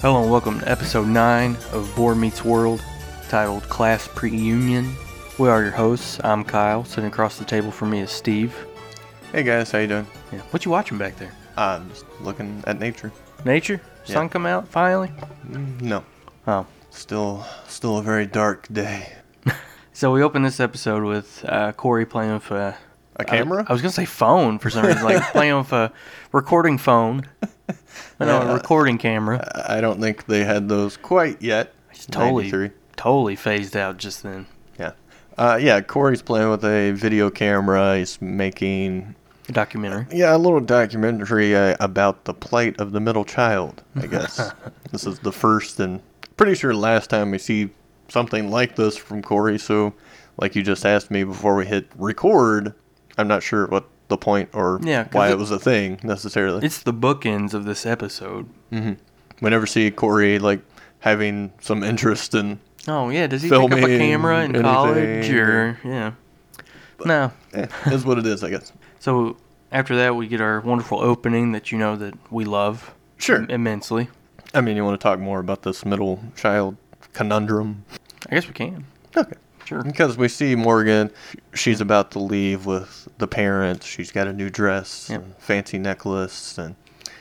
Hello and welcome to episode 9 of Board Meets World, titled Class Pre-Union. We are your hosts. I'm Kyle. Sitting across the table from me is Steve. Hey guys, how you doing? Ah, Yeah. What you watching back there? I'm just looking at nature. Nature? Sun Yeah. come out finally? Mm, No, Oh. still, still a very dark day. So we open this episode with uh, Corey playing with a... A camera? I, was going to say phone for some reason. like playing with a recording phone. No, a Yeah. recording camera. I I don't think they had those quite yet. He's totally, 93. totally phased out just then. Yeah. Uh, yeah, Corey's playing with a video camera. He's making A documentary. yeah a little documentary uh, about the plight of the middle child. I guess this is the first and pretty sure last time we see something like this from Corey. So, like you just asked me before we hit record, I'm not sure what the point or Yeah, 'cause why it- it was a thing necessarily. It's the bookends of this episode. We never see Corey like having some interest in. Oh yeah, does he pick up a filming camera in anything college or or- yeah? No. Eh, is what it is, I guess. So after that, we get our wonderful opening that you know that we love Sure. immensely. I mean, you want to talk more about this middle child conundrum? I guess we can. Okay. Sure. Because we see Morgan, she's about to leave with the parents. She's got a new dress, Yep. and fancy necklace, and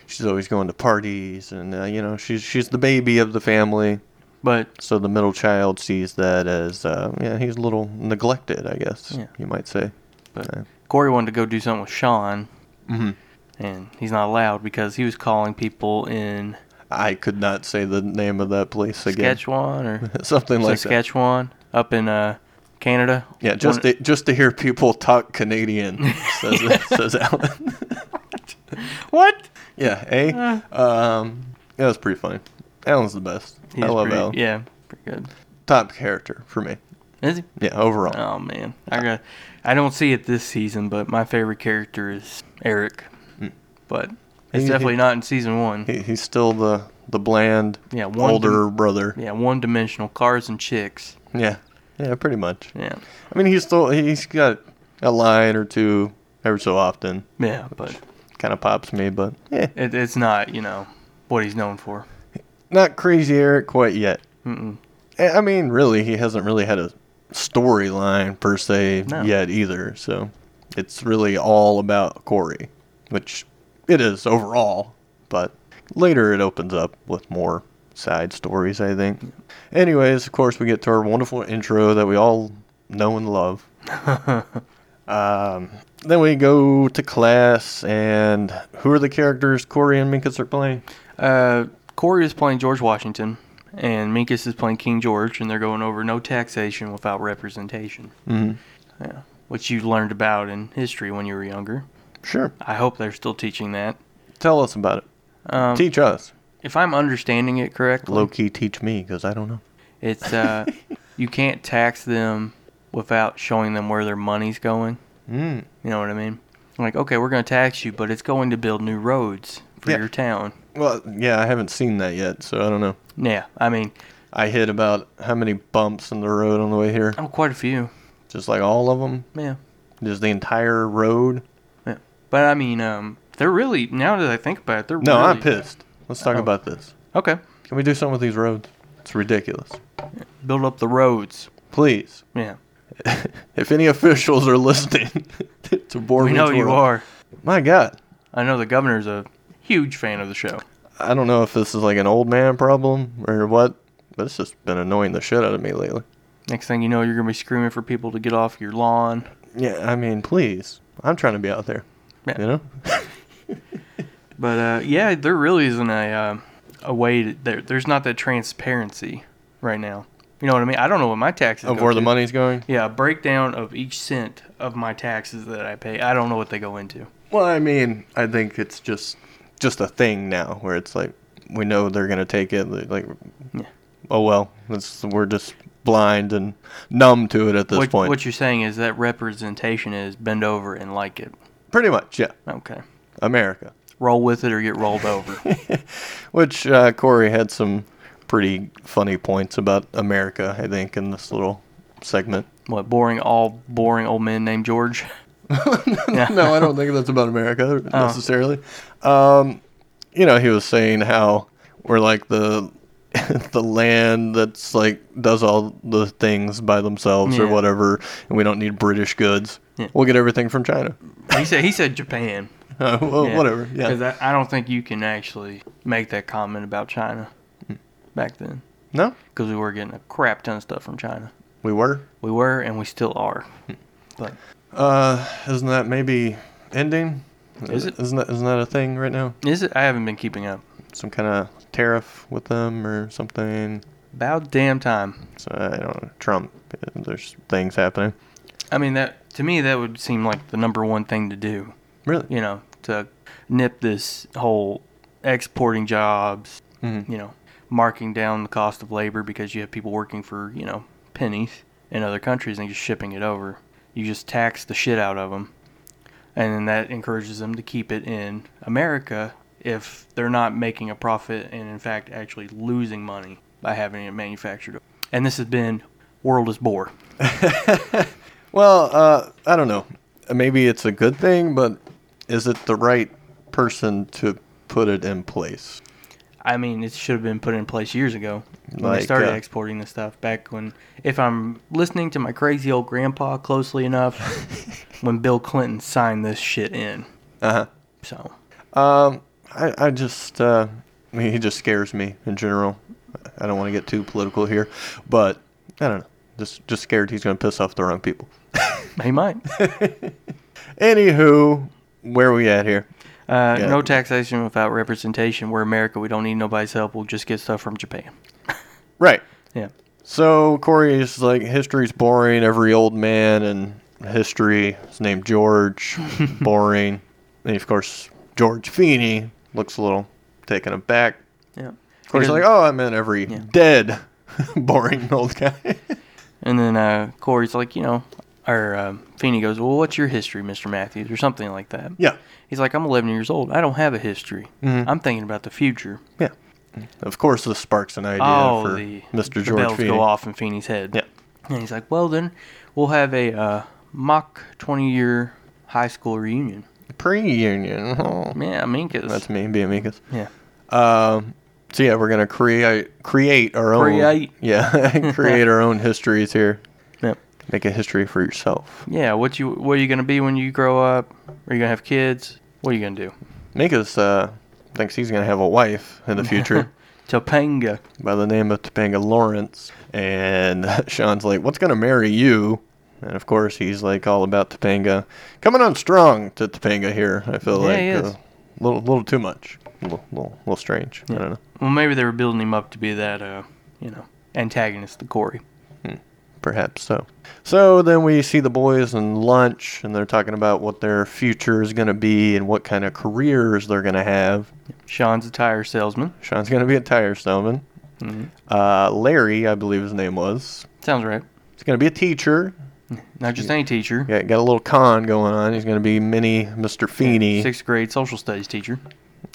she's always going to parties. And uh, you know, she's she's the baby of the family. But So the middle child sees that as uh, yeah, he's a little neglected, I guess Yeah. you might say. but Yeah. Corey wanted to go do something with Sean, Mhm. and he's not allowed because he was calling people in I could not say the name of that place again. Saskatchewan or Something like that. Saskatchewan up in uh, Canada. Yeah, just One- to, just to hear people talk Canadian, says, says Alan. what? yeah, eh? Um, that was pretty funny. Alan's the best. He's I love pretty, Alan. Yeah, pretty good. Top character for me. Is he? Yeah, overall. Oh man, I got. I don't see it this season, but my favorite character is Eric. But it's Hmm. He- definitely he- not in season one. He, he's still the, the bland Yeah, one older brother. Yeah, one-dimensional cars and chicks. Yeah. yeah, pretty much. Yeah, I mean, he's still he's got a line or two every so often. yeah, but Kind of pops me, but eh, it, it's not you know what he's known for. not crazy Eric quite yet. Mm-mm. I I mean, really, he hasn't really had a storyline per se No. yet either. So it's really all about Corey, which it is overall. But later it opens up with more side stories, I think. Anyways, of course, we get to our wonderful intro that we all know and love. um, then we go to class, and who are the characters Corey and Minkus are playing? Uh, Corey is playing George Washington, and Minkus is playing King George, and they're going over no taxation without representation. Mhm. Yeah, which you learned about in history when you were younger. Sure. I hope they're still teaching that. Tell us about it. Um, Teach us. if I'm understanding it correctly, Low key teach me because I don't know. It's uh, you can't tax them without showing them where their money's going. Mm. You know what I mean? Like, okay, we're going to tax you, but it's going to build new roads for Yeah. your town. Well, yeah, I haven't seen that yet, so I don't know. Yeah, I mean, I hit about how many bumps in the road on the way here? oh, quite a few. Just like all of them? Yeah, Just the entire road? yeah. But I mean, um, they're really now that I think about it, they're No, I'm really- pissed. Let's talk Oh. about this. Okay, Can we do something with these roads? It's ridiculous. build up the roads. Please, Yeah, if any officials are listening to Board we know Meets you World- are. My God. I know the governor's a huge fan of the show. I don't know if this is like an old man problem or what, but it's just been annoying the shit out of me lately. Next thing you know, you're going to be screaming for people to get off your lawn. Yeah, I mean, please. I'm trying to be out there. Yeah. You know? But uh, yeah, there really isn't a uh, a way. To, there, there's not that transparency right now. You know what I mean? I don't know what my taxes Of go where the to. money's going? Yeah, a breakdown of each cent of my taxes that I pay. I don't know what they go into. Well, I mean, I think it's just just a thing now where it's like we know they're gonna take it. li- Like, Yeah. oh well, it's, we're just blind and numb to it at this what, point. what you're saying is that representation is bend over and like it. Pretty much, yeah, Okay. America. Roll with it or get rolled over. Which uh, Corey had some pretty funny points about America, I think, in this little segment. what, boring, all boring old men named George? yeah. no, I don't think that's about America Oh. necessarily. Um, you know, he was saying how we're like the the land that's like does all the things by themselves or Yeah. whatever, and we don't need British goods. Yeah. We'll get everything from China. He said, he said Japan. Uh, well, whatever. Yeah. Because I, I don't think you can actually make that comment about China Hmm. back then. no, Because we were getting a crap ton of stuff from China. we were. We were and we still are. But Uh, isn't that maybe ending? Is it? Isn't that isn't that a thing right now? is it? I haven't been keeping up. Some kind of tariff with them or something. About damn time. So I don't know. Trump. There's things happening. I mean, that to me, that would seem like the number one thing to do. Really? you know, to nip this whole exporting jobs, you know, marking down the cost of labor because you have people working for, you know, pennies in other countries and just shipping it over. You just tax the shit out of them. And then that encourages them to keep it in America if they're not making a profit and, in fact, actually losing money by having it manufactured. And this has been World is Bore. Well, uh, I don't know. Maybe it's a good thing, but is it the right person to put it in place? I mean, it should have been put in place years ago when Like, they started uh, exporting this stuff. Back when, if I'm listening to my crazy old grandpa closely enough, when Bill Clinton signed this shit in. Uh So, huh. Um, I, I just, uh, I mean, he just scares me in general. I don't want to get too political here, but I don't know. Just, just scared he's going to piss off the wrong people. he might. Anywho, where we at here? Uh, Yeah. No taxation without representation. We're America. We don't need nobody's help. We'll just get stuff from Japan. Right. Yeah. So Corey's like history's boring. Every old man in history is named George. boring. And of course George Feeney looks a little taken aback. Yeah. Corey's Because- like, oh, I meant every dead, boring old guy. "Oh." And then uh, Corey's like, you know, or uh, Feeney goes, well, what's your history, Mr. Matthews, or something like that. yeah, Mm-hmm. He's like, I'm 11 years old. I don't have a history. I'm thinking about the future. yeah. Of course, this sparks an idea oh, for the Mr. the George bells Feeney. go off in Feeney's head. Yeah. and he's like, "Well, then we'll have a uh, mock 20-year high school reunion." Pre-union. Oh, Yeah, I mean, 'cause- that's me being Amicus. yeah, Um, so yeah, we're gonna create create our own Create. yeah create our own histories here. yeah, Make a history for yourself. yeah. What you what are you gonna be when you grow up? Are you gonna have kids? What are you gonna do? Minkus uh, thinks he's gonna have a wife in the future Topanga. by the name of Topanga Lawrence, and Sean's like, "What's gonna marry you?" And of course, he's like all about Topanga, coming on strong to Topanga here. I feel Yeah, like he a is. little little too much, a little, little, little strange. I don't know, Well, maybe they were building him up to be that, uh, you know, antagonist to Corey. perhaps so. So then we see the boys in lunch, and they're talking about what their future is gonna be and what kind of careers they're gonna have. Sean's a tire salesman. Sean's gonna be a tire salesman. Uh, Larry, I believe his name was. Sounds right. He's gonna be a teacher. Not just any teacher. Yeah, got a little con going on. He's gonna be mini Mr. Feeney. Sixth grade social studies teacher.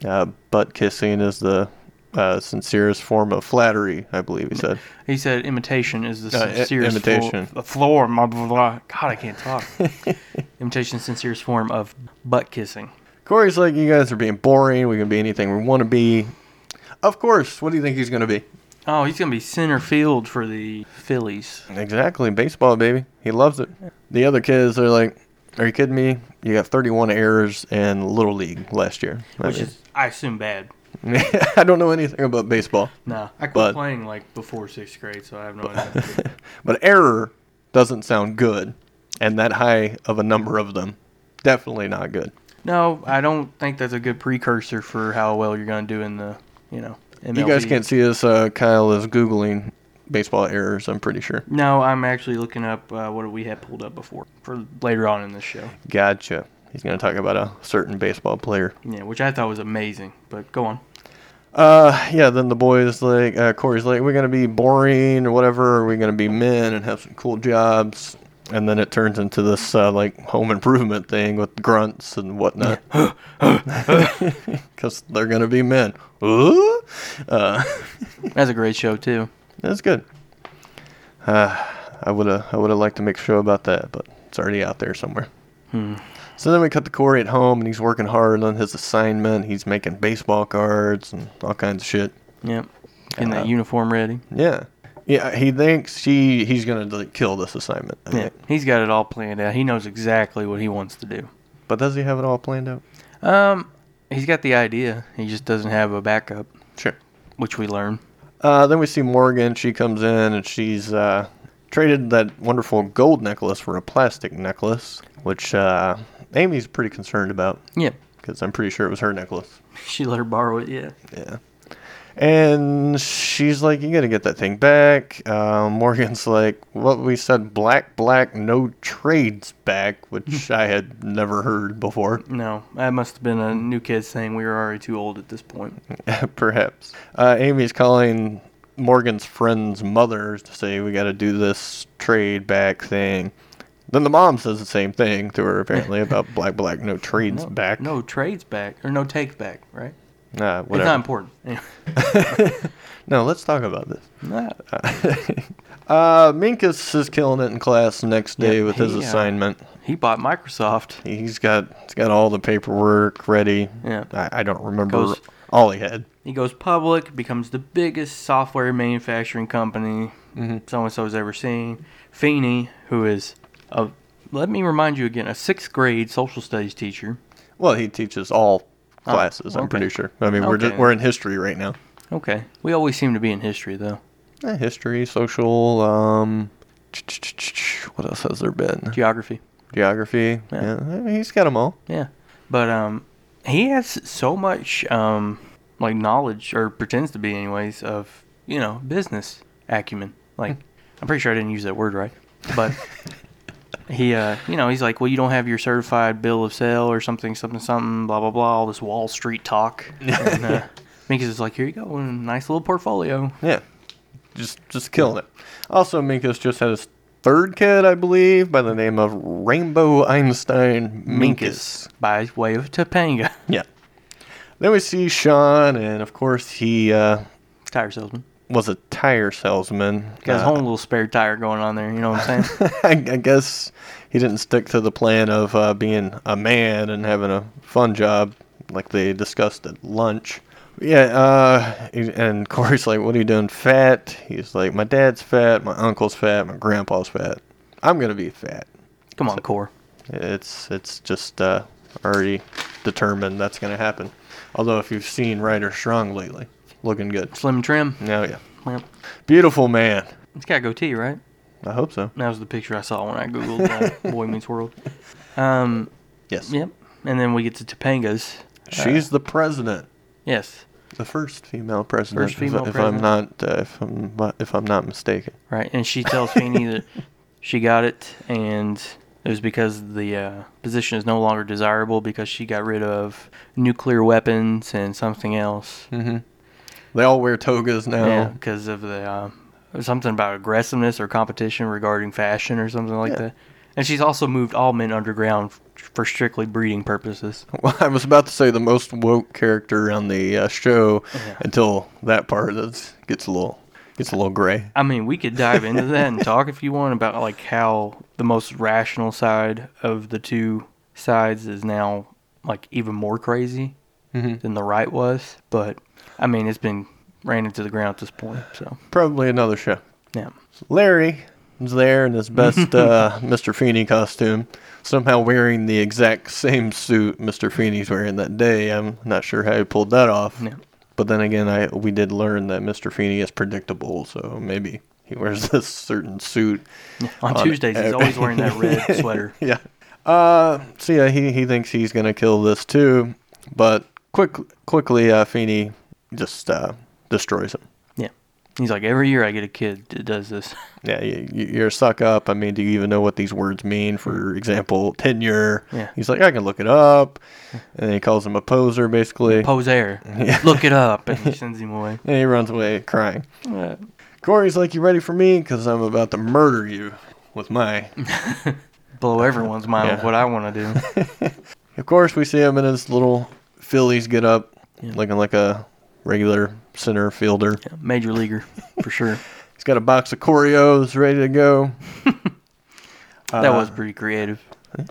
Uh, butt kissing is the uh, sincerest form of flattery, I believe he said. He said imitation is the Uh, i- sincerest fo- imitation. the floor. Blah, blah, blah. God, I can't talk. imitation is sincerest form of butt kissing. Corey's like, you guys are being boring. We can be anything we want to be. Of course. What do you think he's gonna be? Oh, he's gonna be center field for the Phillies. Exactly, baseball, baby. He loves it. The other kids are like, are you kidding me? You got 31 errors in little league last year. I Which mean- is, I assume, bad. I don't know anything about baseball, Nah, I quit But- playing like before sixth grade, so I have no idea. but error doesn't sound good. and that high of a number of them. Definitely not good. No, I don't think that's a good precursor for how well you're going to do in the, you know, MLB. You guys can't see us. Uh, Kyle is Googling baseball errors, I'm pretty sure. No, I'm actually looking up uh, what we had pulled up before for later on in this show. Gotcha. He's going to talk about a certain baseball player. Yeah, which I thought was amazing. But go on. Uh, yeah, then the boys like uh, Corey's like, we're gonna be boring or whatever. We're gonna be men and have some cool jobs. And then it turns into this uh, like home improvement thing with grunts and whatnot, because they're gonna be men. Ooh? Uh, That's a great show too. that's good. Uh, I would have I would have liked to make a show about that, but it's already out there somewhere. So then we cut to Corey at home, and he's working hard on his assignment. He's making baseball cards and all kinds of shit. Yep. Getting Uh, that uniform ready. Yeah. Yeah, he thinks he he's gonna like, kill this assignment. I Yeah. think. He's got it all planned out. He knows exactly what he wants to do. But does he have it all planned out? Um, he's got the idea. He just doesn't have a backup, Sure. which we learn. Uh, then we see Morgan. She comes in and she's uh, traded that wonderful gold necklace for a plastic necklace, which uh, Amy's pretty concerned about Yep. because I'm pretty sure it was her necklace. She let her borrow it. Yeah. Yeah. And she's like, "You gotta get that thing back." Uh, Morgan's like, "What we said, black, black, no trades back," which I had never heard before. No, that must have been a new kids thing. We were already too old at this point. Perhaps. Uh, Amy's calling Morgan's friend's mother to say, we got to do this trade back thing. Then the mom says the same thing to her, apparently, about Black Black, no trades No, back. No trades back or no takes back. Right. Uh, It's whatever. not important. Anyway. no, let's talk about this. Nah, Uh, Minkus is killing it in class the next day Yeah, with his he, uh, assignment. he bought Microsoft. He's got he's got all the paperwork ready. Yeah. I, I don't remember Goes- all he had. He goes public, becomes the biggest software manufacturing company so and so's ever seen. Feeney, who is a let me remind you again, a sixth grade social studies teacher. Well, he teaches all classes. I'm Oh, okay. pretty sure. I mean, we're just, Okay. we're in history right now. Okay, we always seem to be in history though. Eh, history, social, um, what else has there been? Geography, Geography. Yeah. Yeah, I mean, he's got them all. yeah. But um, he has so much um, like knowledge or pretends to be anyways of you know business acumen. Hmm. Like I'm pretty sure I didn't use that word right, but. he uh you know he's like well you don't have your certified bill of sale or something something something blah blah blah all this wall street talk and uh, Minkus is like here you go nice little portfolio Yeah, just just killing it. Also, Minkus just had his third kid, I believe, by the name of Rainbow Einstein Minkus. Minkus by way of Topanga Yeah. Then we see Sean, and of course he uh, tire salesman was a tire salesman. got his Uh, own little spare tire going on there you know what I'm saying I, I guess he didn't stick to the plan of uh, being a man and having a fun job like they discussed at lunch. Yeah, uh, he- and Corey's like, What are you doing? Fat? He's like, My dad's fat, my uncle's fat, my grandpa's fat. I'm going to be fat. come on core It's it's just uh, already determined that's going to happen. Although, if you've seen Ryder Strong lately, looking good. slim trim Oh, yeah. yep. Beautiful man. it's got a goatee right I hope so. that was the picture I saw when I googled uh, Boy Meets World um Yes. yep and then we get to Topanga's Uh, She's the president. yes The first female president, First if- female if, I'm president. not uh, if I'm not- if I'm not mistaken. Right, and she tells Feeney that she got it, and it was because the uh, position is no longer desirable because she got rid of nuclear weapons and something else. They all wear togas now. Yeah, because of the uh, something about aggressiveness or competition regarding fashion or something like Yeah. that. And she's also moved all men underground f- for strictly breeding purposes. Well, I was about to say the most woke character on the uh, show until that part that's, gets a little gets a little gray. I mean, we could dive into that and talk if you want about like how the most rational side of the two sides is now like even more crazy than the right was. But I mean, it's been ran into the ground at this point. So Probably another show. yeah, Larry is there in his best uh, Mr. Feeney costume, somehow wearing the exact same suit Mr. Feeney's wearing that day. I'm not sure how he pulled that off. Yeah. But then again, I we did learn that Mr. Feeney is predictable, so maybe He wears this certain suit. On, Tuesdays, he's every- always wearing that red sweater. Yeah. Uh, so yeah, he, he thinks he's gonna kill this too, but quick quickly, uh, Feeny just uh, destroys him. Yeah. He's like, every year I get a kid that does this. Yeah, you, you- you're a suck up. I mean, do you even know what these words mean? For example, tenure. Mm-hmm. Yeah. He's like, I can look it up, and he calls him a poser basically. Pose air. Look it up. And he sends him away. and he runs away crying. Uh, Corey's like, you ready for me? Because I'm about to murder you with my Mm. blow everyone's mind with Yeah. what I want to do. Of course, we see him in his little Phillies get up, Yeah. looking like a regular center fielder. Yeah, major leaguer, for sure. He's got a box of Corios ready to go. Uh, That was pretty creative.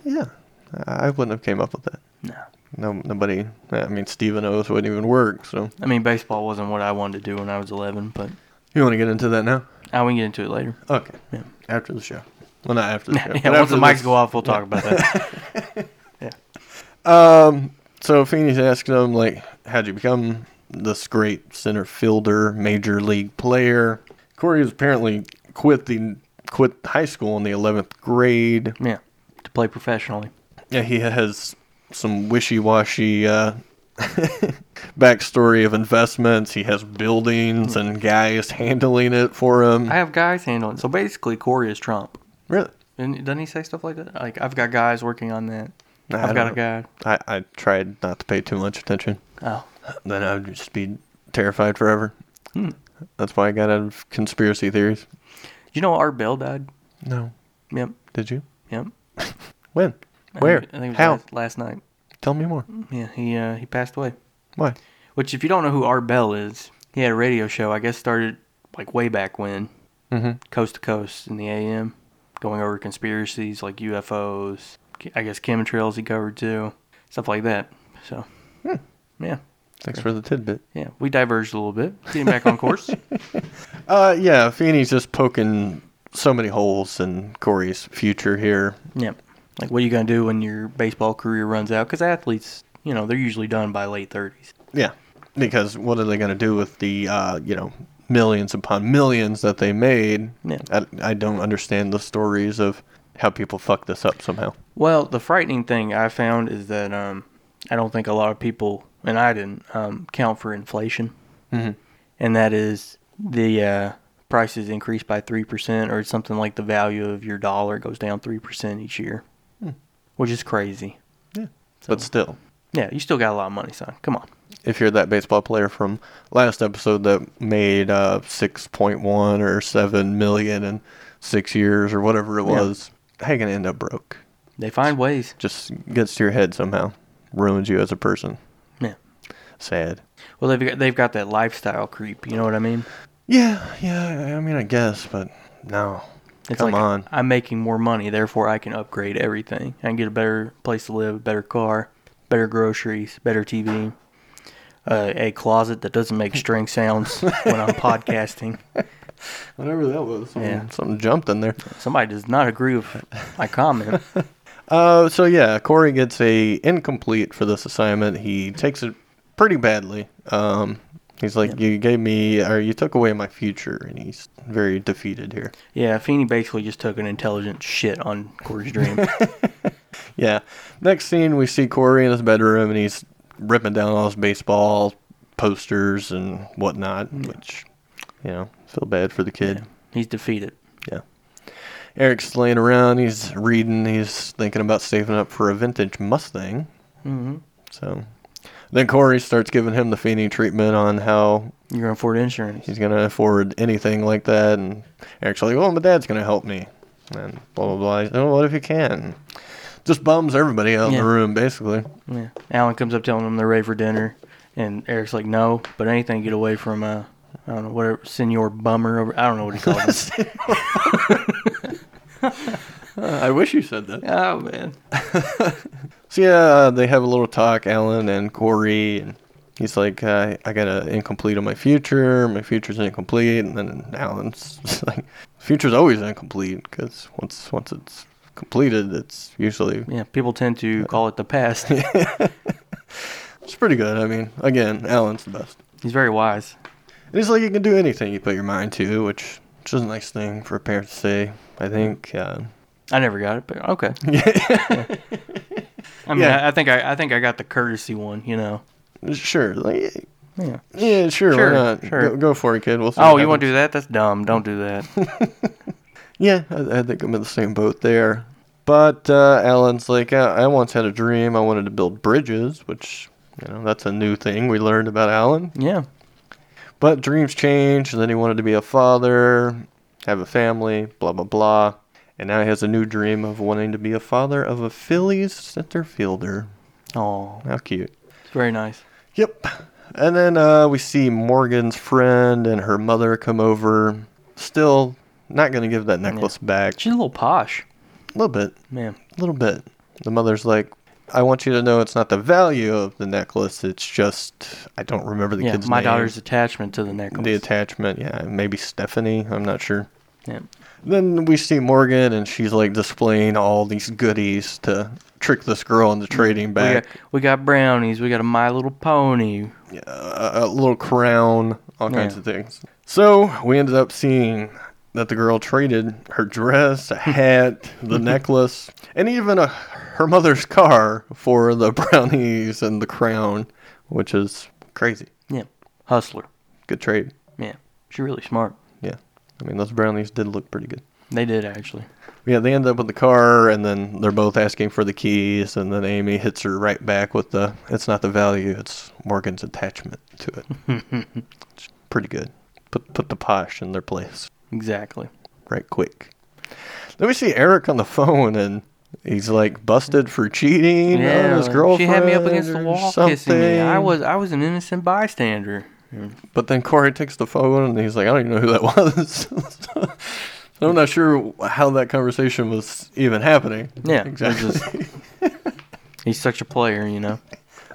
Yeah, I I wouldn't have came up with that. No. No, nobody. I mean, Steven O's wouldn't even work. So I mean, baseball wasn't what I wanted to do when I was 11, but you want to get into that now? I we can get into it later. Okay. Yeah. After the show. Well, not after the show. Yeah, but once after the mics this- go off, we'll talk about that. Um. So Phoenix asks him like, "How'd you become this great center fielder, major league player?" Corey has apparently quit the quit high school in the eleventh grade. yeah, to play professionally. Yeah, he has some wishy-washy uh, backstory of investments. He has buildings and guys handling it for him. I have guys handling. So basically, Corey is Trump. really? And doesn't he say stuff like that? Like I've got guys working on that. Nah, I I've got a don't guy. I, I tried not to pay too much attention. Oh, Then I would just be terrified forever. Hmm. That's why I got out of conspiracy theories. you know Art Bell died. No. Yep, Did you? yep. When? I Where? think- I think it was How? Last, last night. Tell me more. Yeah, he uh, he passed away. Why? Which, if you don't know who Art Bell is, he had a radio show. I guess started like way back when, Mm-hmm. coast to coast in the AM, going over conspiracies like UFOs. I guess chemtrails he covered too, stuff like that. So, yeah, Thanks for the tidbit. yeah, we diverged a little bit, getting back on course. Uh, yeah, Feeney's just poking so many holes in Corey's future here. Yeah. Like, what are you going to do when your baseball career runs out? Because athletes, you know, they're usually done by late 30s. Yeah, because what are they going to do with the uh, you know millions upon millions that they made? Yeah. I, I don't understand the stories of how people fuck this up somehow. Well, the frightening thing I found is that um, I don't think a lot of people, and I didn't, um, count for inflation. Mhm. And that is the uh, prices increase by 3%, or it's something like the value of your dollar goes down 3% each year, which is crazy. Yeah, but still, Yeah, you still got a lot of money, son. Come on. if you're that baseball player from last episode that made uh, six point one or seven million in six years or whatever it Yeah. was, how you gonna end up broke? They find ways. Just gets to your head somehow, ruins you as a person. Yeah. Sad. Well, they've got, they've got that lifestyle creep. You know what I mean? Yeah, yeah. I mean, I guess, but no. It's Come like, on. I'm making more money, therefore I can upgrade everything. I can get a better place to live, better car, better groceries, better TV, uh, a closet that doesn't make string sounds when I'm podcasting. Whatever that was. Something, Yeah. something jumped in there. Somebody does not agree with my comment. Uh, so yeah, Corey gets a incomplete for this assignment. He takes it pretty badly. Um, he's like, you gave me, or you took away my future, and he's very defeated here. Yeah, Feeney basically just took an intelligent shit on Corey's dream. Yeah. Next scene, we see Corey in his bedroom, and he's ripping down all his baseball posters and whatnot, which, you know, feel bad for the kid. He's defeated. Yeah. Eric's laying around. He's reading. He's thinking about saving up for a vintage Mustang. Mm-hmm. Mhm. So then Corey starts giving him the Feeney treatment on how You're going to afford insurance. he's going to afford anything like that. And Eric's like, well, my dad's going to help me. And blah, blah, blah. He's, oh, what if he can? Just bums everybody out in Yeah. the room, basically. Yeah. Alan comes up telling him they're ready for dinner, and Eric's like, "No, but anything to get away from uh, I don't know whatever Senor Bummer over. I don't know what he called him. I wish you said that. oh man, So yeah, uh, they have a little talk, Alan and Corey, and he's like, uh, "I got to incomplete on my future. My future's incomplete." And then Alan's just like, "Future's always incomplete because once once it's completed, it's usually yeah. People tend to call it the past. it's pretty good." I mean, again, Alan's the best. He's very wise. And he's like, "You can do anything you put your mind to," which which is a nice thing for a parent to say. I think. Uh, I never got it, but okay. I mean, Yeah. I, I think I, I think I got the courtesy one. You know. sure, like, Yeah. yeah, sure, Sure, why not? sure. Go, go for it, kid. We'll see Oh, what you want to happens. do that? That's dumb. Don't do that. Yeah, I, I think I'm in the same boat there. But uh, Alan's like, I, I once had a dream. I wanted to build bridges, which you know that's a new thing we learned about Alan. Yeah. But dreams change, and then he wanted to be a father, have a family, blah blah blah. And now he has a new dream of wanting to be a father of a Phillies center fielder. Oh, How cute. it's very nice. Yep. And then uh, we see Morgan's friend and her mother come over. Still not going to give that necklace back. She's a little posh, A little bit. man. A little bit. The mother's like, I want you to know it's not the value of the necklace. It's just, I don't remember the yeah, kid's my name. daughter's attachment to the necklace. The attachment, yeah, maybe Stephanie, I'm not sure. yeah. Then we see Morgan, and she's like displaying all these goodies to trick this girl Mm. into trading We back got we got brownies. We got a My Little Pony. a, a little crown, all kinds Yeah. of things. So we ended up seeing that the girl traded her dress, a hat, the necklace, and even a, her mother's car for the brownies and the crown, which is crazy. Yeah, hustler. Good trade. Yeah, she's really smart. Yeah. I mean, those brownies did look pretty good. They did actually. Yeah, they end up with the car, and then they're both asking for the keys, and then Amy hits her right back with the it's not the value, it's Morgan's attachment to it. it's pretty good. Put, put the posh in their place Exactly. right quick. Then we see Eric on the phone, and he's like busted for cheating on his girlfriend. she had me up against the or wall, kissing me. I something. was I was an innocent bystander. But then Corey takes the phone and he's like, I don't even know who that was. I'm not sure how that conversation was even happening. Yeah, it was exactly. He's such a player, you know.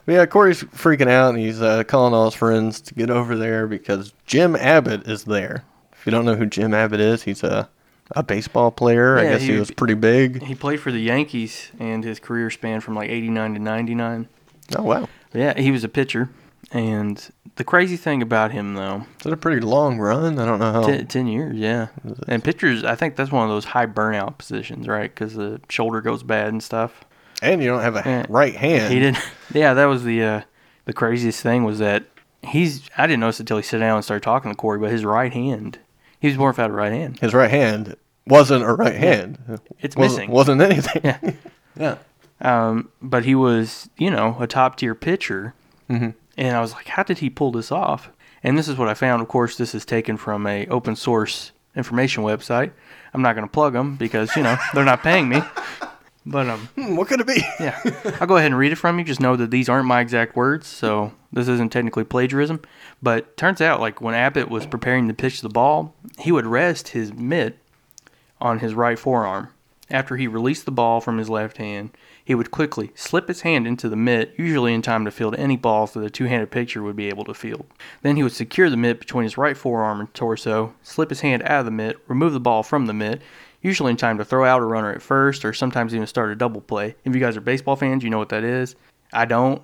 But yeah, Corey's freaking out and he's uh, calling all his friends to get over there because Jim Abbott is there. If you don't know who Jim Abbott is, he's a, a baseball player. I Yeah, guess he, he- was pretty big. He played for the Yankees, and his career spanned from like '89 to '99. Oh, wow. Yeah, he was a pitcher. And the crazy thing about him, though, Did a pretty long run. I don't know how. Ten, 10 years, yeah. And pitchers, I think that's one of those high burnout positions, right? Because the shoulder goes bad and stuff. and you don't have a Yeah. right hand. He didn't. Yeah, that was the uh, the craziest thing was that he's. I didn't notice until he sat down and started talking to Corey, but his right hand, he was born without a right hand. His right hand wasn't a right hand. It's wasn't, missing. Wasn't anything. Yeah. yeah. Um, but he was, you know, a top tier pitcher. Mm-hmm. And I was like, how did he pull this off? And this is what I found. Of course, this is taken from a open source information website. I'm not going to plug them because you know they're not paying me. But um, Hmm, what could it be? Yeah. I'll go ahead and read it from you. Just know that these aren't my exact words, so this isn't technically plagiarism. But turns out, like, when Abbott was preparing to pitch the ball, he would rest his mitt on his right forearm. After he released the ball from his left hand, he would quickly slip his hand into the mitt, usually in time to field any balls that a two handed pitcher would be able to field. Then he would secure the mitt between his right forearm and torso, slip his hand out of the mitt, remove the ball from the mitt, usually in time to throw out a runner at first or sometimes even start a double play. If you guys are baseball fans, you know what that is. I don't,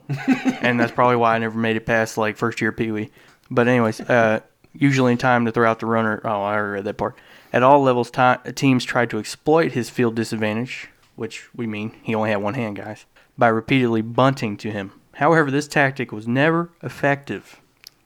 and that's probably why I never made it past like first year Pee Wee. But anyways, uh, usually in time to throw out the runner. Oh, I already read that part. At all levels, ti teams tried to exploit his field disadvantage, which we mean he only had one hand, guys, by repeatedly bunting to him. However, this tactic was never effective.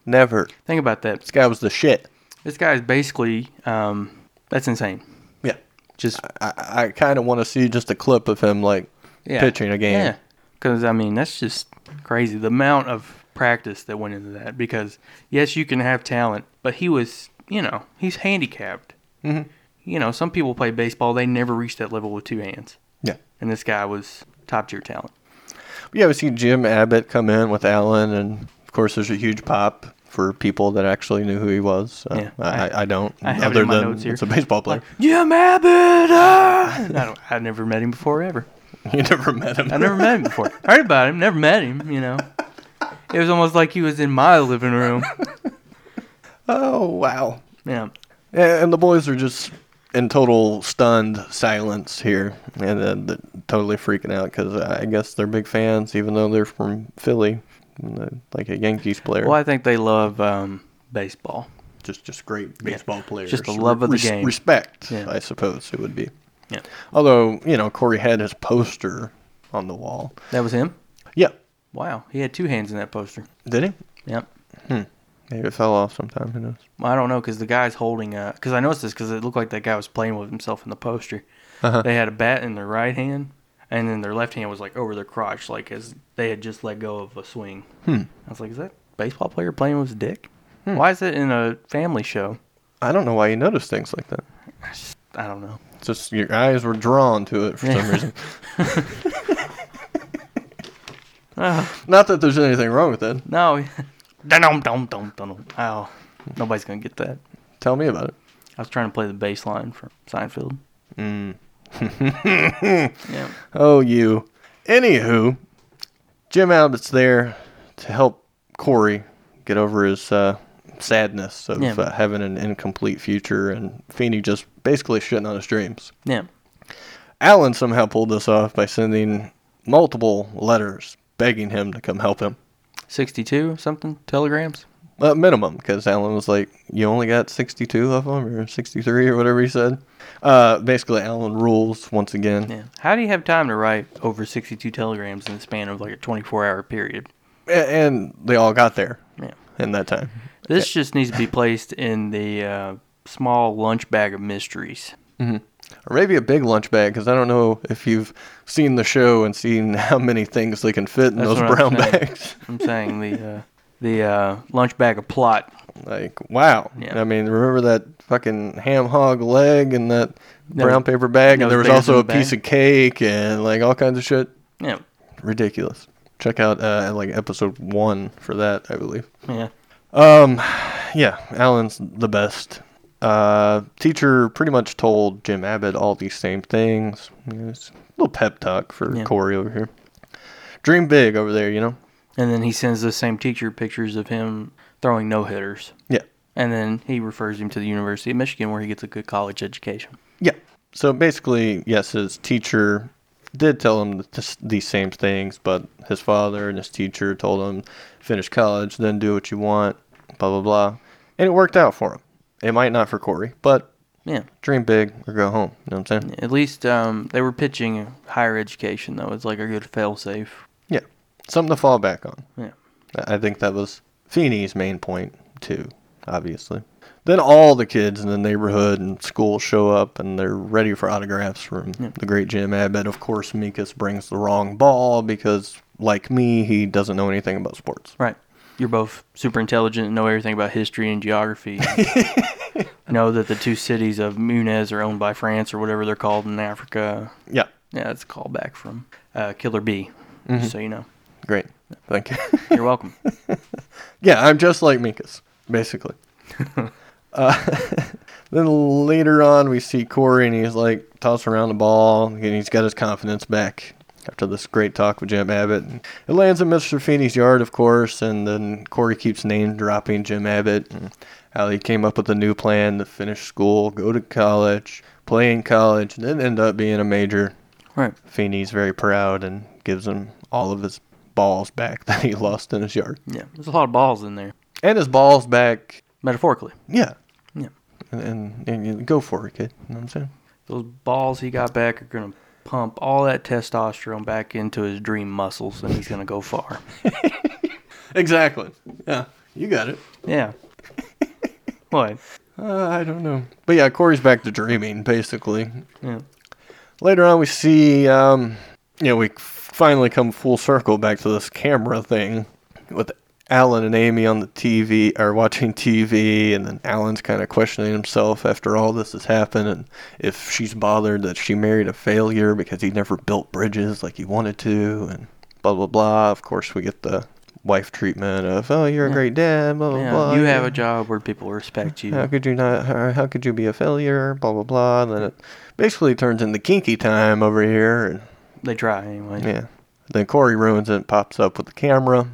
Never. Think about that. This guy was the shit. This guy is basically um, that's insane. Yeah. Just I, I kind of want to see just a clip of him like pitching a game. Yeah, because I mean that's just crazy the amount of practice that went into that. Because yes, you can have talent, but he was, you know, he's handicapped. Mm-hmm. You know, some people play baseball; they never reach that level with two hands, Yeah. and this guy was top tier talent. Yeah, we see Jim Abbott come in with Alan, and of course, there's a huge pop for people that actually knew who he was. Uh, Yeah, I, I, I don't. I have it in my notes here. it's a baseball player. Like Jim Abbott. ah!" I don't. I never met him before ever. you never met him. I never met him before. Heard about him, never met him. You know, it was almost like he was in my living room. Oh wow. Yeah, Yeah, and the boys are just in total stunned silence here, and uh, they're totally freaking out because I guess they're big fans, even though they're from Philly, and they're like uh, a Yankees player. Well, I think they love um, baseball. just just great baseball players. Just the love of the Res- game. Respect, Yeah. I suppose it would be. Yeah. Although you know Corey had his poster on the wall. That was him? Yeah, Wow. He had two hands in that poster. did he? Yep. Maybe it fell off sometime. Who knows? I don't know because the guy's holding a. Because I noticed this because it looked like that guy was playing with himself in the poster. They had a bat in their right hand, and then their left hand was like over their crotch, like as they had just let go of a swing. Hmm. I was like, is that baseball player playing with his dick? Why is it in a family show? I don't know why you notice things like that. I don't know. It's just your eyes were drawn to it for some reason. Not that there's anything wrong with that. No. Dum dum dum dum. Ow. Oh, Nobody's gonna get that. Tell me about it. I was trying to play the bass line from Seinfeld. Mm. yeah. Oh, you. Anywho, Jim Abbott's there to help Corey get over his uh, sadness of Yeah. uh, having an incomplete future and Feeney just basically shitting on his dreams. Yeah. Alan somehow pulled this off by sending multiple letters begging him to come help him. 62 something telegrams. At Uh, minimum, because Alan was like, you only got 62 of them, or 63, or whatever he said. Uh, basically, Alan rules once again. Yeah. How do you have time to write over 62 telegrams in the span of like a 24 hour period? A- And they all got there Yeah. in that time. This just needs to be placed in the uh, small lunch bag of mysteries. Or maybe a big lunch bag, because I don't know if you've seen the show and seen how many things they can fit in That's those what I'm brown saying. bags. I'm saying the uh, the uh, lunch bag of plot. like, wow. Yeah. I mean, remember that fucking ham hog leg and that That brown was- paper bag? that And was there was bigger also a than the piece bag? of cake and like all kinds of shit. Yeah. Ridiculous. Check out uh, like episode one for that, I believe. Yeah. Um, yeah, Alan's the best. Uh, teacher pretty much told Jim Abbott all these same things. You know, it's a little pep talk for Yeah. Corey over here. Dream big over there, you know. And then he sends the same teacher pictures of him throwing no hitters. Yeah, And then he refers him to the University of Michigan where he gets a good college education. yeah. So basically, yes, his teacher did tell him th- this- these same things, but his father and his teacher told him finish college, then do what you want, blah blah blah, and it worked out for him. It might not for Corey, but Yeah. dream big or go home. You know what I'm saying? At least um, they were pitching higher education, though. It's like a good fail safe. Yeah, something to fall back on. Yeah. I I think that was Feeney's main point too, obviously. Then all the kids in the neighborhood and school show up and they're ready for autographs from the great Jim Abbott. Of course, Mikas brings the wrong ball because, like me, he doesn't know anything about sports. Right. You're both super intelligent and know everything about history and geography. know that the two cities of Munez are owned by France or whatever they're called in Africa. Yeah, Yeah, it's a callback from uh, Killer B. Mm-hmm. So you know. great. Thank you. You're welcome. Yeah, I'm just like Minkus, basically. uh, then later on, we see Corey, and he's like tossing around the ball, and he's got his confidence back after this great talk with Jim Abbott. And it lands in Mr. Feeney's yard, of course, and then Corey keeps name dropping Jim Abbott and how he came up with a new plan to finish school, go to college, play in college, and then end up being a major. right. Feeney's very proud and gives him all of his balls back that he lost in his yard. Yeah. There's a lot of balls in there, And his balls back metaphorically. yeah. Yeah. And, and, and you go for it, kid. You know what I'm saying? Those balls he got back are going to pump all that testosterone back into his dream muscles, and he's going to go far. Exactly. Yeah. You got it. Yeah. what? Uh, I don't know. But yeah, Corey's back to dreaming, basically. Yeah. Later on, we see, um, you know, we finally come full circle back to this camera thing with Alan and Amy on the TV, or watching TV, and then Alan's kind of questioning himself after all this has happened and if she's bothered that she married a failure because he never built bridges like he wanted to, and blah, blah, blah. Of course, we get the wife treatment of, oh, you're a great dad, blah, blah, Yeah, blah. you You're- have a job where people respect you. how could you not? Or how could you be a failure? Blah blah blah. And then it basically turns into kinky time over here, and They try anyway. yeah. Then Corey ruins it. and Pops up with the camera.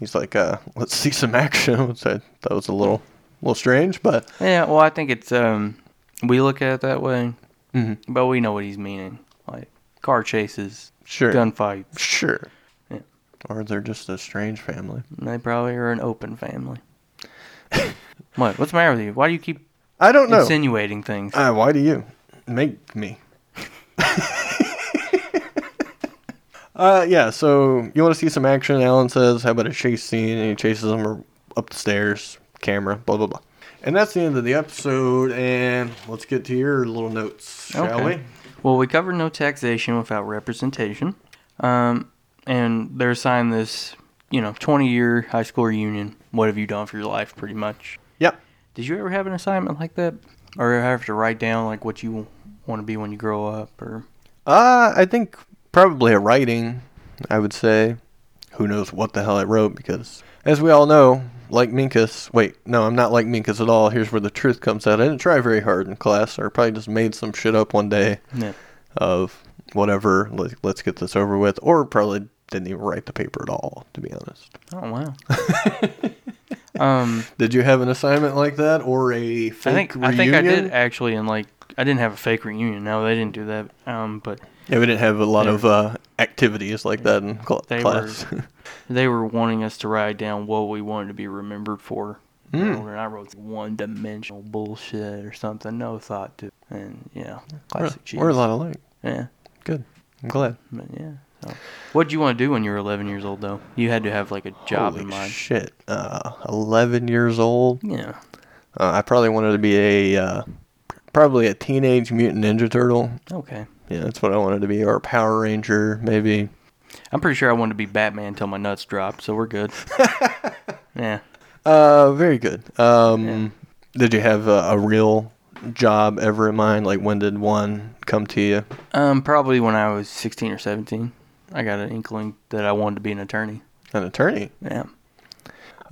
He's like, uh, "Let's see some action," which I thought was a little, little strange, but Yeah, well, I think it's um, we look at it that way, Mm-hmm. but we know what he's meaning, like car chases, sure, gunfights. sure. Yeah. Or they're just a strange family. and They probably are an open family. What? What's the matter with you? Why do you keep I don't know. insinuating things? Uh, why do you make me? uh, yeah, so you want to see some action? Alan says, How about a chase scene? And he chases them up the stairs, camera, blah, blah, blah. And that's the end of the episode. And let's get to your little notes, shall Okay. Well, we covered no taxation without representation. Um, and they're assigned this, you know, 20 year high school reunion. What have you done for your life, pretty much? we? Yep. Did you ever have an assignment like that? Or have to write down, like, what you want to be when you grow up? Or, Uh, I think probably a writing, I would say. Who knows what the hell I wrote because, as we all know, like Minkus. Wait, no, I'm not like Minkus at all. Here's where the truth comes out. I didn't try very hard in class, or probably just made some shit up one day yeah. of whatever. Let, let's get this over with, or probably didn't even write the paper at all. To be honest, Oh, wow. um, did you have an assignment like that or a I fake think I think I reunion? did actually, and like I didn't have a fake reunion. No, they didn't do that. Um, but Yeah, we didn't have a lot They of uh, activities like that in cl- They class. they were wanting us to write down what we wanted to be remembered for. Hmm. And I wrote one dimensional bullshit or something, no thought to. And yeah, We're- classic cheese. we're a lot alike. Yeah, Good. I'm glad. but yeah. So. What did you want to do when you were 11 years old, though? You had to have like a job Holy in mind. Shit, uh, eleven years old. yeah, Uh, I probably wanted to be a uh, probably a teenage mutant ninja turtle. okay. Yeah, that's what I wanted to be, or a Power Ranger, maybe. I'm pretty sure I wanted to be Batman until my nuts dropped, so we're good. yeah. Uh, very good. Um, did you have a, a real job ever in mind? Like, when did one come to you? Um, probably when I was 16 or 17, I got an inkling that I wanted to be an attorney. An attorney? Yeah.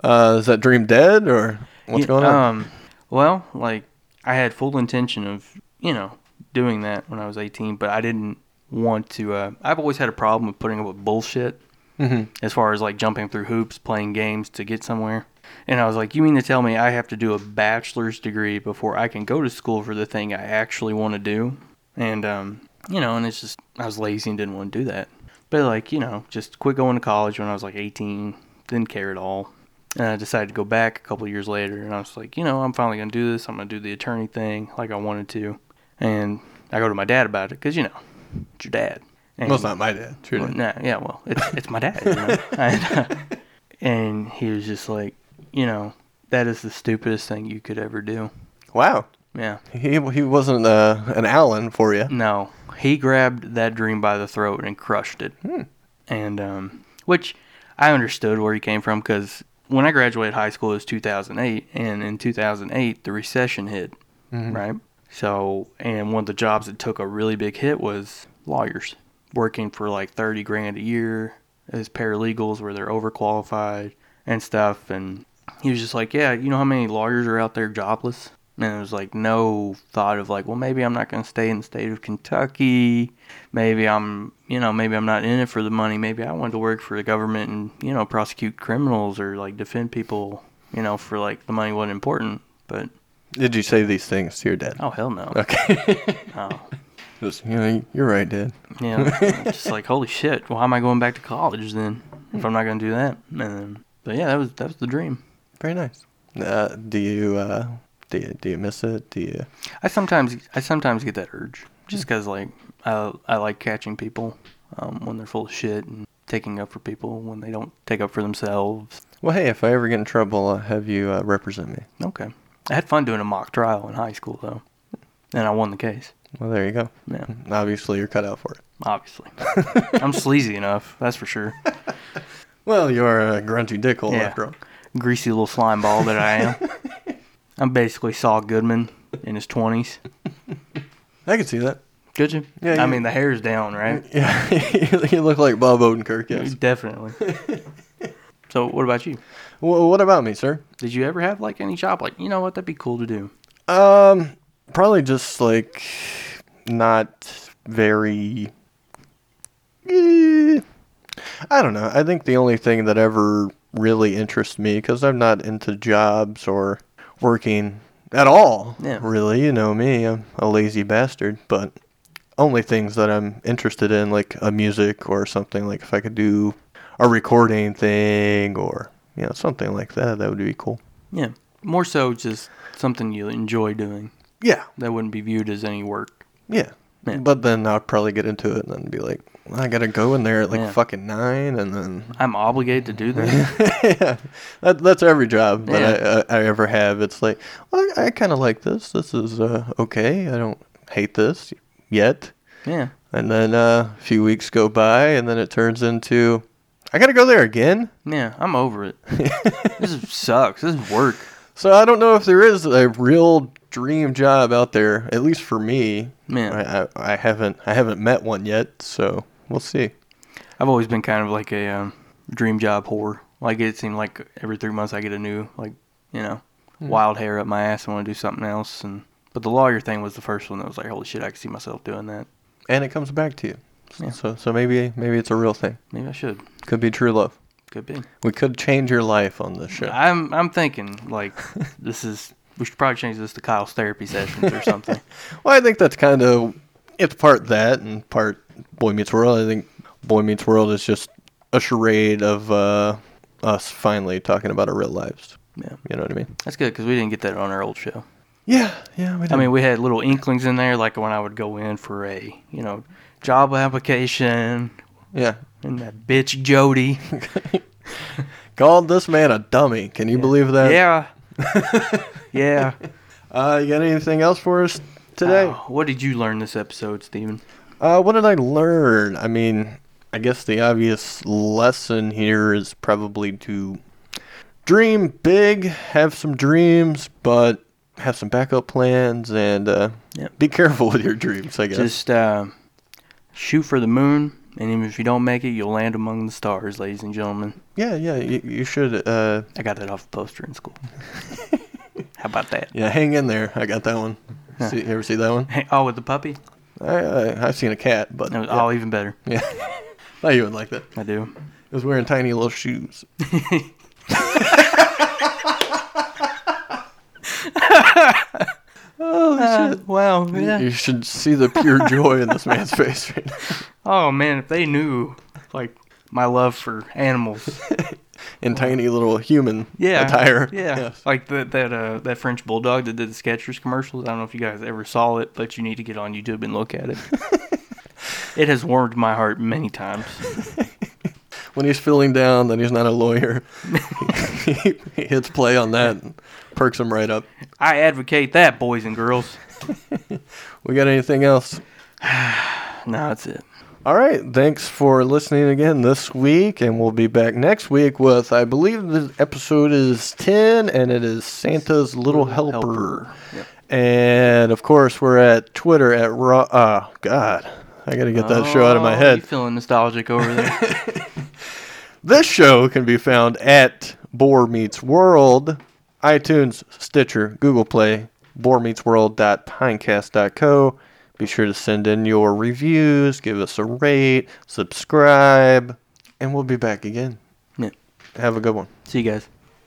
Uh, is that dream dead, or what's Yeah, going on? Um, well, like I had full intention of you know doing that when I was 18, but I didn't want to. Uh, I've always had a problem with putting up with bullshit Mhm. as far as like jumping through hoops, playing games to get somewhere. And I was like, you mean to tell me I have to do a bachelor's degree before I can go to school for the thing I actually want to do? And um, you know, and it's just I was lazy and didn't want to do that. But like, you know, just quit going to college when I was like 18, didn't care at all. And I decided to go back a couple years later and I was like, you know, I'm finally going to do this. I'm going to do the attorney thing like I wanted to. And I go to my dad about it cuz you know, it's your dad. And well, it's not my dad. It's your dad. Nah, yeah, well, it's, it's my dad. You know? and, uh, and he was just like, you know, that is the stupidest thing you could ever do. Wow, Mm-hmm. Yeah. he he wasn't uh, an Allen for you. No, he grabbed that dream by the throat and crushed it. And um, which I understood where he came from because when I graduated high school, it was 2008, and in 2008 the recession hit, right? So, and one of the jobs that took a really big hit was lawyers, working for like 30 grand a year as paralegals where they're overqualified and stuff. And he was just like, "Yeah, you know how many lawyers are out there jobless?" And it was like no thought of like, well, maybe I'm not going to stay in the state of Kentucky. Maybe I'm, you know, maybe I'm not in it for the money. Maybe I wanted to work for the government and you know prosecute criminals or like defend people, you know, for like the money wasn't important. But Did you say these things to your dad? oh hell no, Okay. no, Just, you know, you're right, Dad. yeah, just like holy shit, why am I going back to college then if I'm not going to do that? And then, but yeah, that was that was the dream. Very nice. Uh, do you uh, do you, do you miss it? Do you? I sometimes I sometimes get that Hmm. urge just because like I I like catching people um, when they're full of shit and taking up for people when they don't take up for themselves. Well, hey, if I ever get in trouble, I'll have you uh, represent me. Okay, I had fun doing a mock trial in high school though, and I won the case. Well, there you go. Yeah, Obviously, you're cut out for it. obviously, I'm sleazy enough. That's for sure. Well, you are a grunty dickhole Yeah. after all. Greasy little slime ball that I am. I'm basically Saul Goodman in his twenties. I can see that. Could you? Yeah, I you- mean, the hair's down, right? Yeah, you look like Bob Odenkirk. Yes. Definitely. so, what about you? well, what about me, sir? Did you ever have like any job like you know what that'd be cool to do? Um, probably just like not very. Eh, I don't know. I think the only thing that ever really interests me because I'm not into jobs or working at all. Yeah. Really, you know me. I'm a lazy bastard. But only things that I'm interested in, like a music or something. Like if I could do a recording thing or you know something like that, that would be cool. Yeah. more so just something you enjoy doing. Yeah, That wouldn't be viewed as any work. yeah. Yeah. But then I'd probably get into it and then be like, I gotta go in there at like Yeah. fucking nine, and then I'm obligated to do that. yeah, that, that's every job that Yeah. I, I, I ever have. It's like, well, I, I kind of like this. This is uh, okay. I don't hate this yet. yeah. And then uh, a few weeks go by, and then it turns into, I gotta go there again. Yeah, I'm over it. this is- sucks. This is work. So I don't know if there is a real dream job out there. At least for me, Yeah. I, I, I haven't I haven't met one yet. So we'll see. I've always been kind of like a um, dream job whore. Like it seemed like every three months I get a new like you know wild hair up my ass. I want to do something else. And but the lawyer thing was the first one that was like, holy shit, I could see myself doing that. And it comes back to you. So- Yeah. So so maybe maybe it's a real thing. Maybe I should. Could be true love. Could be. We could change your life on this show. I'm I'm thinking like this is we should probably change this to Kyle's therapy sessions or something. Well, I think that's kind of it's part that and part Boy Meets World. I think Boy Meets World is just a charade of uh, us finally talking about our real lives. yeah, You know what I mean? that's good because we didn't get that on our old show. Yeah, yeah. We I did. mean, we had little inklings in there, like when I would go in for a you know job application yeah. and that bitch Jody. Called this man a dummy. Can you believe that? Yeah. yeah. Uh, you got anything else for us today? Oh, what did you learn this episode, Steven? Uh, what did I learn? I mean, I guess the obvious lesson here is probably to dream big, have some dreams, but have some backup plans, and uh, Yep. be careful with your dreams. I guess. Just uh, shoot for the moon, and even if you don't make it, you'll land among the stars, ladies and gentlemen. yeah, yeah. You, you should. Uh, I got that off a poster in school. How about that? yeah, hang in there. I got that one. See, you ever see that one? Hey, oh, with the puppy? I, I I've seen a cat, but No, yeah, Oh, even better. thought you would like that. I do. It was wearing tiny little shoes. Uh, wow. Yeah. You should see the pure joy in this man's face right now. Oh, man, if they knew, like, my love for animals. in tiny little human Yeah. attire. Yeah. Yes. Like that that uh that French bulldog that did the Skechers commercials. I don't know if you guys ever saw it, but you need to get on YouTube and look at it. it has warmed my heart many times. When he's feeling down that he's not a lawyer, he, he hits play on that and perks him right up. I advocate that, boys and girls. We got anything else? No, that's it. All right. Thanks for listening again this week, and we'll be back next week with, I believe the episode is 10, and it is Santa's Little Helper. Yep. And of course, we're at Twitter at Raw. Oh, God. I got to get that show out of my Oh, You head. feeling nostalgic over there? This show can be found at Boar Meets World, iTunes, Stitcher, Google Play, boarmeetsworld.pinecast.co. Be sure to send in your reviews, give us a rate, subscribe, and we'll be back again. yeah. Have a good one. See you guys.